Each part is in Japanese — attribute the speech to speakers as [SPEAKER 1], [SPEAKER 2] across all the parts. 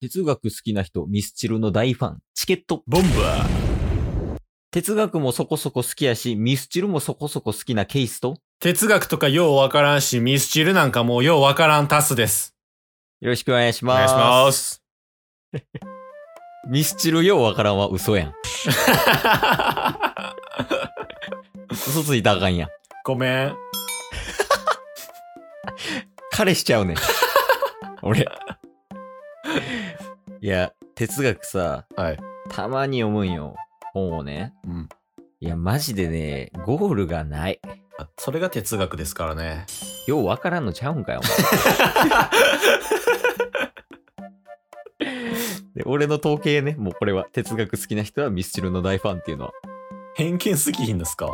[SPEAKER 1] 哲学好きな人、ミスチルの大ファン、チケット。
[SPEAKER 2] ボンバー。
[SPEAKER 1] 哲学もそこそこ好きやし、ミスチルもそこそこ好きなケイスと、
[SPEAKER 2] 哲学とかようわからんし、ミスチルなんかもうようわからんタスです。
[SPEAKER 1] よろしくお願いし
[SPEAKER 2] お
[SPEAKER 1] ます。
[SPEAKER 2] 願いします。
[SPEAKER 1] ミスチルようわからんは嘘 やん。嘘ついたらあかんやん。
[SPEAKER 2] ごめん。
[SPEAKER 1] 彼しちゃ うねん。俺。いや、哲学さ、
[SPEAKER 2] はい。
[SPEAKER 1] たまに読むんよ。本をね。
[SPEAKER 2] うん。
[SPEAKER 1] いや、マジでね、ゴールがない。
[SPEAKER 2] あそれが哲学ですからね。
[SPEAKER 1] ようわからんのちゃうんかよ、お 前で俺の統計ね、もうこれは哲学好きな人はミスチルの大ファンっていうのは。
[SPEAKER 2] 偏見すぎひんですか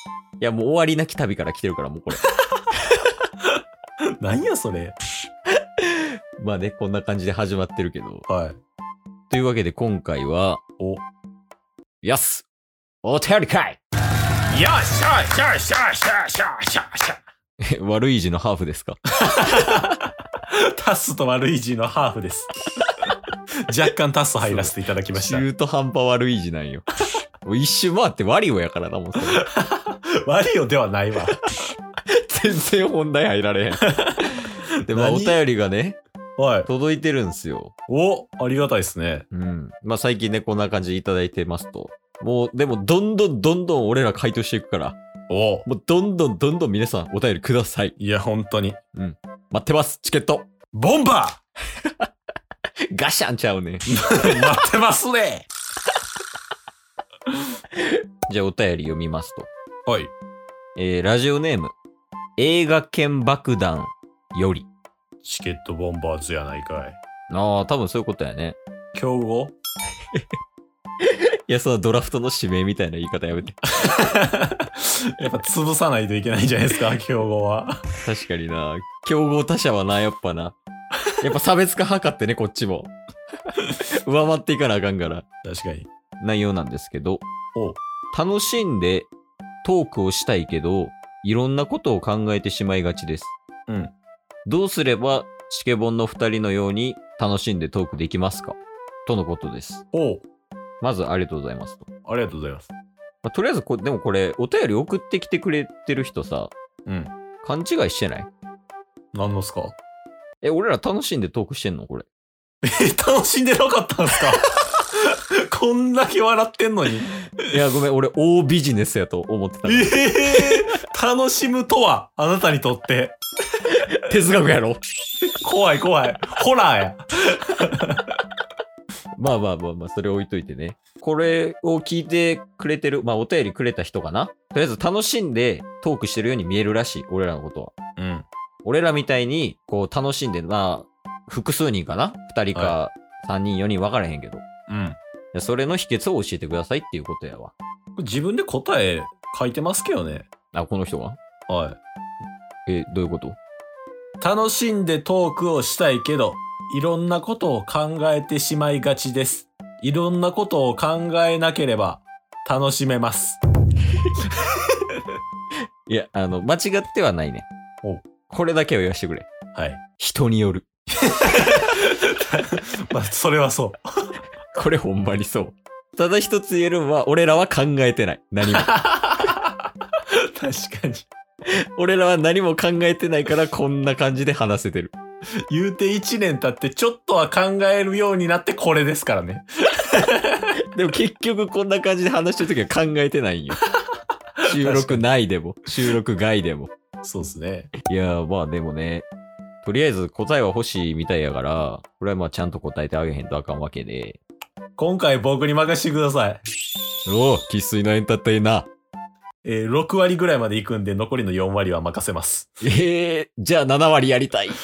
[SPEAKER 1] いや、もう終わりなき旅から来てるから、もうこれ。
[SPEAKER 2] なんやそれ。
[SPEAKER 1] まあね、こんな感じで始まってるけど。
[SPEAKER 2] はい。
[SPEAKER 1] というわけで今回は、
[SPEAKER 2] お。
[SPEAKER 1] やすお便り会
[SPEAKER 2] よっしゃしゃしゃしゃしゃしゃしゃ。
[SPEAKER 1] 悪い字のハーフですか
[SPEAKER 2] タスと悪い字のハーフです。 若干タス入らせていただきました。
[SPEAKER 1] 中途半端悪い字なんよ。 もう一周回ってワリオやからな、もうそれ。
[SPEAKER 2] 悪いよではないわ。
[SPEAKER 1] 全然本題入られへん。でも、まあ
[SPEAKER 2] 何
[SPEAKER 1] お便りがね、
[SPEAKER 2] はい。
[SPEAKER 1] 届いてるんですよ。
[SPEAKER 2] お、ありがたいですね。
[SPEAKER 1] うん。まあ最近ね、こんな感じでいただいてますと。もう、でも、どんどんどんどん俺ら回答していくから、
[SPEAKER 2] お。
[SPEAKER 1] もうどんどんどんどん皆さんお便りください。
[SPEAKER 2] いや、本当に。
[SPEAKER 1] 待ってます、チケット。
[SPEAKER 2] ボンバ
[SPEAKER 1] ガシャンちゃうねん。
[SPEAKER 2] ー待ってますね
[SPEAKER 1] じゃあお便り読みますと。
[SPEAKER 2] はい。
[SPEAKER 1] えーラジオネーム、映画犬爆弾より。
[SPEAKER 2] チケットボンバーズやないかい。
[SPEAKER 1] ああ、多分そういうことやね。
[SPEAKER 2] 競合
[SPEAKER 1] いや、そのドラフトの指名みたいな言い方やめて。
[SPEAKER 2] やっぱ潰さないといけないんじゃないですか、競合は。
[SPEAKER 1] 確かにな。競合他社はな、やっぱな。 やっぱ差別化図ってね、こっちも。 上回っていかなあかんから。
[SPEAKER 2] 確かに。
[SPEAKER 1] 内容なんですけど、
[SPEAKER 2] お
[SPEAKER 1] 楽しんでトークをしたいけど、いろんなことを考えてしまいがちです。
[SPEAKER 2] うん。
[SPEAKER 1] どうすれば、チケボンの二人のように楽しんでトークできますかとのことです。
[SPEAKER 2] お
[SPEAKER 1] まずありがとうございますと。
[SPEAKER 2] ありがとうございます。
[SPEAKER 1] まあとりあえずこ、でもこれ、お便り送ってきてくれてる人さ、
[SPEAKER 2] うん。
[SPEAKER 1] 勘違いしてない
[SPEAKER 2] 何のっすか
[SPEAKER 1] え、俺ら楽しんでトークしてんのこれ。
[SPEAKER 2] え、楽しんでなかったんすか こんだけ笑ってんのに。
[SPEAKER 1] いや、ごめん、俺、大ビジネスやと思ってた。
[SPEAKER 2] えー、楽しむとは、あなたにとって。
[SPEAKER 1] 哲学やろ
[SPEAKER 2] 怖い怖い。ホラーや。
[SPEAKER 1] まあまあまあまあ、それ置いといてね。これを聞いてくれてる、まあ、お便りくれた人かなとりあえず、楽しんでトークしてるように見えるらしい、俺らのことは。
[SPEAKER 2] うん。
[SPEAKER 1] 俺らみたいに、こう、楽しんで、まあ、複数人かな二人か三人、四人分からへんけど。い
[SPEAKER 2] うん。
[SPEAKER 1] やそれの秘訣を教えてくださいっていうことやわ。
[SPEAKER 2] 自分で答え書いてますけどね。
[SPEAKER 1] あ、この人が
[SPEAKER 2] は
[SPEAKER 1] え、どういうこと
[SPEAKER 2] い。楽しんでトークをしたいけど、いろんなことを考えてしまいがちです。いろんなことを考えなければ楽しめます。
[SPEAKER 1] いや、あの、間違ってはないね
[SPEAKER 2] お。
[SPEAKER 1] これだけは言わせてくれ。
[SPEAKER 2] はい。
[SPEAKER 1] 人による。
[SPEAKER 2] まあ、それはそう。
[SPEAKER 1] これほんまにそう。ただ一つ言えるのは、俺らは考えてない。何も。
[SPEAKER 2] 確かに。
[SPEAKER 1] 俺らは何も考えてないから、こんな感じで話せてる。
[SPEAKER 2] 言うて1年経ってちょっとは考えるようになってこれですからね。
[SPEAKER 1] でも結局こんな感じで話してるときは考えてないん よ。収録内でも、収録外でも。
[SPEAKER 2] そうですね。
[SPEAKER 1] いやー、まあでもね、とりあえず答えは欲しいみたいやから、これはまあちゃんと答えてあげへんとあかんわけで。
[SPEAKER 2] 今回僕に任せてください。
[SPEAKER 1] おお、生粋のエンターテイナ
[SPEAKER 2] えー6割ぐらいまで行くんで残りの4割は任せます。
[SPEAKER 1] ー。ええー、じゃあ7割やりたい。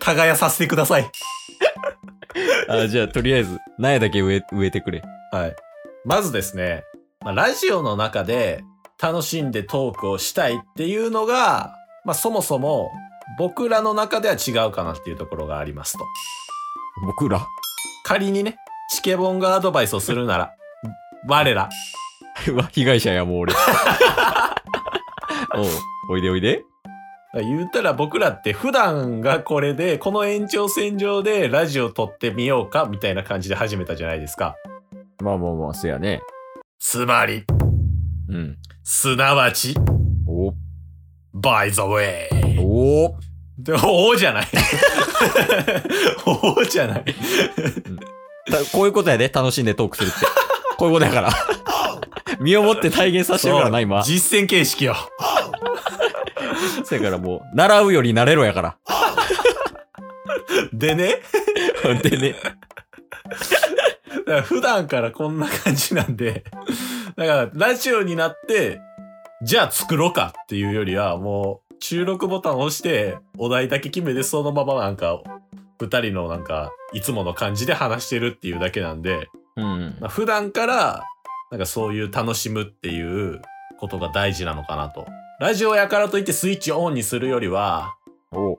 [SPEAKER 2] 耕させてください。
[SPEAKER 1] あじゃあとりあえず、苗だけ植え植えてくれ。
[SPEAKER 2] はい。まずですね、まあ、ラジオの中で楽しんでトークをしたいっていうのが、まあ、そもそも僕らの中では違うかなっていうところがありますと。
[SPEAKER 1] 僕ら。
[SPEAKER 2] 仮にね、チケボンがアドバイスをするなら、我ら、
[SPEAKER 1] うわ、被害者や、もう俺。おうおいでおいで。
[SPEAKER 2] だから言ったら僕らって普段がこれで、この延長線上でラジオ撮ってみようかみたいな感じで始めたじゃないですか。
[SPEAKER 1] まあまあまあ、そやね。
[SPEAKER 2] つまり、
[SPEAKER 1] うん。
[SPEAKER 2] すなわち、
[SPEAKER 1] お
[SPEAKER 2] by the way。
[SPEAKER 1] お
[SPEAKER 2] で、おおじゃない。 おおじゃない。
[SPEAKER 1] たこういうことやで、楽しんでトークするって。こういうことやから。 身をもって体現させてるからな、今。
[SPEAKER 2] 実践形式よ。
[SPEAKER 1] そやからもう、習うより慣れろやから。
[SPEAKER 2] でね、
[SPEAKER 1] でね。
[SPEAKER 2] だから普段からこんな感じなんで、だからラジオになって、じゃあ作ろうかっていうよりは、もう収録ボタンを押して、お題だけ決めてそのままなんか、二人のなんか、いつもの感じで話してるっていうだけなんで、
[SPEAKER 1] うん。
[SPEAKER 2] まあ普段から、なんかそういう楽しむっていうことが大事なのかなと。ラジオやからといってスイッチオンにするよりは、
[SPEAKER 1] お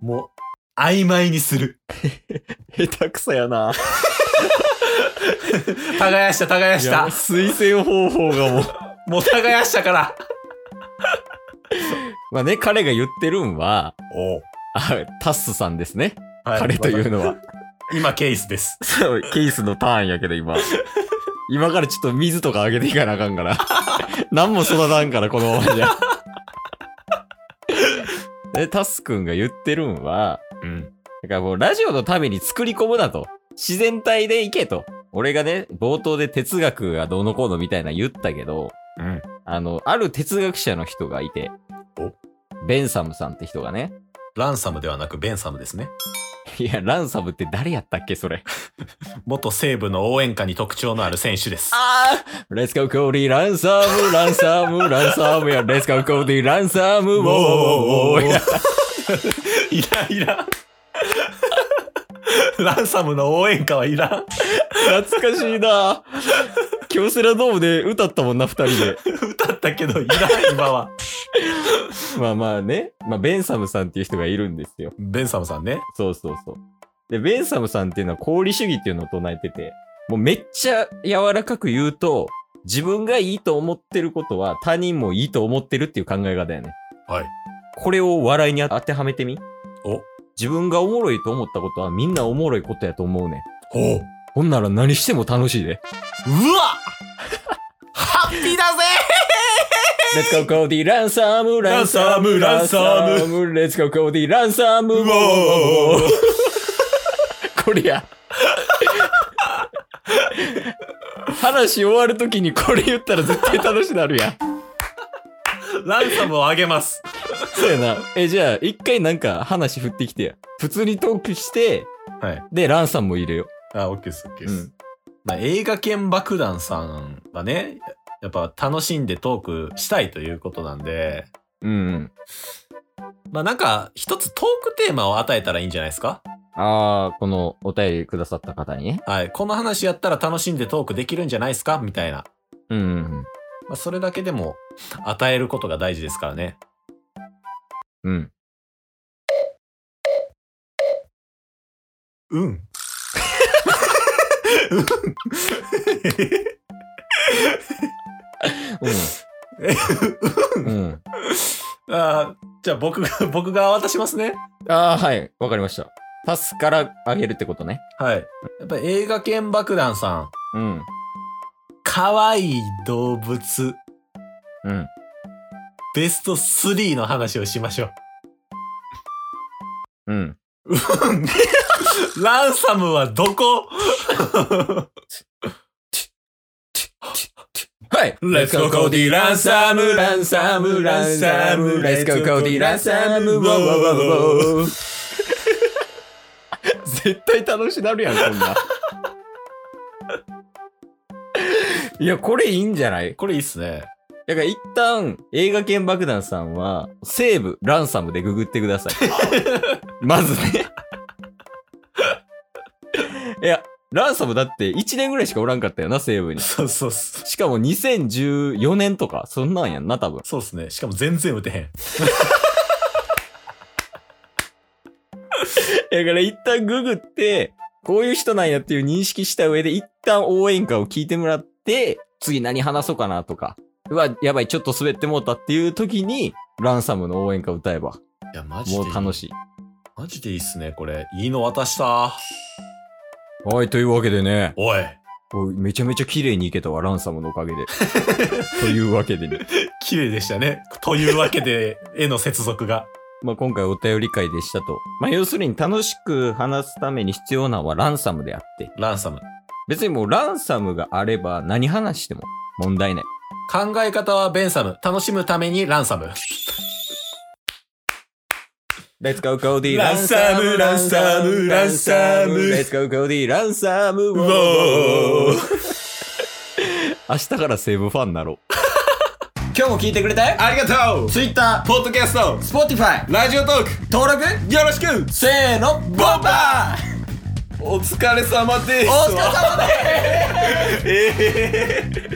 [SPEAKER 2] もう、曖昧にする。
[SPEAKER 1] 下手くそやな。
[SPEAKER 2] 耕した、耕し
[SPEAKER 1] いやも
[SPEAKER 2] た
[SPEAKER 1] う。推薦方法がもう。
[SPEAKER 2] もう耕したから。
[SPEAKER 1] まあね、彼が言ってるんは、
[SPEAKER 2] お
[SPEAKER 1] あタッスさんですね。
[SPEAKER 2] はい
[SPEAKER 1] 彼というのは。
[SPEAKER 2] 今ケースです。
[SPEAKER 1] そう、ケースのターンやけど今。今からちょっと水とかあげていかなあかん から。何も育たんから、このままじゃ。で、タスくんが言ってるんは、
[SPEAKER 2] うん。
[SPEAKER 1] だからもうラジオのために作り込むなと。自然体でいけと。俺がね、冒頭で哲学がどうのこうのみたいな言ったけど、
[SPEAKER 2] うん。
[SPEAKER 1] あの、ある哲学者の人がいて
[SPEAKER 2] お、
[SPEAKER 1] ベンサムさんって人がね、
[SPEAKER 2] ランサムではなくベンサムですね。
[SPEAKER 1] いや、ランサムって誰やったっけ、それ。
[SPEAKER 2] 元西部の応援歌に特徴のある選手です。
[SPEAKER 1] ああ !Let's go, Cody, ランサム、ランサム、ランサムや、Let's go, Cody, ランサム、ウォーウォーウォーいや
[SPEAKER 2] いらんいらん。ランサムの応援歌はいらん。
[SPEAKER 1] 懐かしいな京セラドームで歌ったもんな、二人で。
[SPEAKER 2] 歌ったけどいらん、今は。
[SPEAKER 1] まあまあね、まあ、ベンサムさんっていう人がいるんですよ。
[SPEAKER 2] ベンサムさんね。
[SPEAKER 1] そうそうそう。で、ベンサムさんっていうのは、功理主義っていうのを唱えてて、もうめっちゃ柔らかく言うと、自分がいいと思ってることは他人もいいと思ってるっていう考え方やね。
[SPEAKER 2] はい。
[SPEAKER 1] これを笑いに当てはめてみ
[SPEAKER 2] お
[SPEAKER 1] 自分がおもろいと思ったことはみんなおもろいことやと思うねん。
[SPEAKER 2] おうわ
[SPEAKER 1] ほんなら何しても楽しいで。
[SPEAKER 2] ハッピーだぜ
[SPEAKER 1] Let's go Cody ランサムランサム
[SPEAKER 2] ランサムランサ
[SPEAKER 1] ム Let's go Cody ランサム
[SPEAKER 2] うおー
[SPEAKER 1] これや。 話終わるときにこれ言ったら絶対楽しくなるやん。
[SPEAKER 2] ランサムをあげます。
[SPEAKER 1] そうやな。え、じゃあ一回なんか話振ってきてや。普通にトークして、
[SPEAKER 2] はい。
[SPEAKER 1] で、ランサムも入れよ
[SPEAKER 2] あ、オッケーです、オッケー
[SPEAKER 1] う。
[SPEAKER 2] です。まあ、映画犬爆弾さんはね、やっぱ楽しんでトークしたいということなんで、
[SPEAKER 1] うん。うん。
[SPEAKER 2] まあなんか一つトークテーマを与えたらいいんじゃないですか
[SPEAKER 1] あー、このお便りくださった方にね。
[SPEAKER 2] はい。この話やったら楽しんでトークできるんじゃないですかみたいな。
[SPEAKER 1] うんうん
[SPEAKER 2] まあそれだけでも与えることが大事ですからね。
[SPEAKER 1] うん。うん。
[SPEAKER 2] うん。うん。
[SPEAKER 1] うん。うん。
[SPEAKER 2] あーじゃあ僕が、 僕が渡しますね。
[SPEAKER 1] ああ、はい。わかりました。パスからあげるってことね。
[SPEAKER 2] はい。やっぱ映画犬爆弾さん。
[SPEAKER 1] うん。
[SPEAKER 2] 可愛い動物、
[SPEAKER 1] うん。
[SPEAKER 2] ベスト3の話をしましょう。
[SPEAKER 1] うん。
[SPEAKER 2] ランサムはどこ
[SPEAKER 1] はい。
[SPEAKER 2] Let's go, Cody ランサムランサムランサム
[SPEAKER 1] Let's go, Cody ランサム Wow, wow, wow, wow 絶対楽しなるやん、こんな。いや、これいいんじゃない
[SPEAKER 2] これいいっすね。
[SPEAKER 1] だから一旦、映画犬爆弾さんは、西部ランサムでググってください。まずね。いや、ランサムだって1年ぐらいしかおらんかったよな、西部に。
[SPEAKER 2] そうそうっす。
[SPEAKER 1] しかも2014年とか、そんなんやんな、多分。
[SPEAKER 2] そうっすね。しかも全然打てへん。
[SPEAKER 1] だから一旦ググって、こういう人なんやっていう認識した上で、一旦応援歌を聞いてもらって、次何話そうかなとか、うわ、やばい、ちょっと滑ってもうたっていう時に、ランサムの応援歌歌えば、
[SPEAKER 2] いや、マジでい
[SPEAKER 1] も
[SPEAKER 2] いう
[SPEAKER 1] 楽しい。
[SPEAKER 2] マジでいいっすね、これ。いいの渡した。
[SPEAKER 1] はい、というわけでね、
[SPEAKER 2] おい。
[SPEAKER 1] おいめちゃめちゃ綺麗にいけたわ、ランサムのおかげで。 というわけでね。
[SPEAKER 2] 綺麗でしたね。というわけで、 絵の接続が。
[SPEAKER 1] まあ、今回お便り会でしたと。まあ、要するに楽しく話すために必要なのはランサムであって、
[SPEAKER 2] ランサム。
[SPEAKER 1] 別にもうランサムがあれば何話しても問題ない。
[SPEAKER 2] 考え方はベンサム。楽しむためにランサム。
[SPEAKER 1] Let's go, Cody!
[SPEAKER 2] ランサムランサムランサム
[SPEAKER 1] !Let's go, Cody! ランサムウォ
[SPEAKER 2] う
[SPEAKER 1] ー
[SPEAKER 2] お
[SPEAKER 1] 明日から西武ファンなろう。今日も聞いてくれたよ
[SPEAKER 2] ありがとう !Twitter、ポッドキャスト、
[SPEAKER 1] !Spotify!
[SPEAKER 2] ラジオトーク、
[SPEAKER 1] 登録
[SPEAKER 2] よろしく
[SPEAKER 1] せーのボンバー
[SPEAKER 2] お疲れ様です
[SPEAKER 1] お疲れ様です
[SPEAKER 2] ええ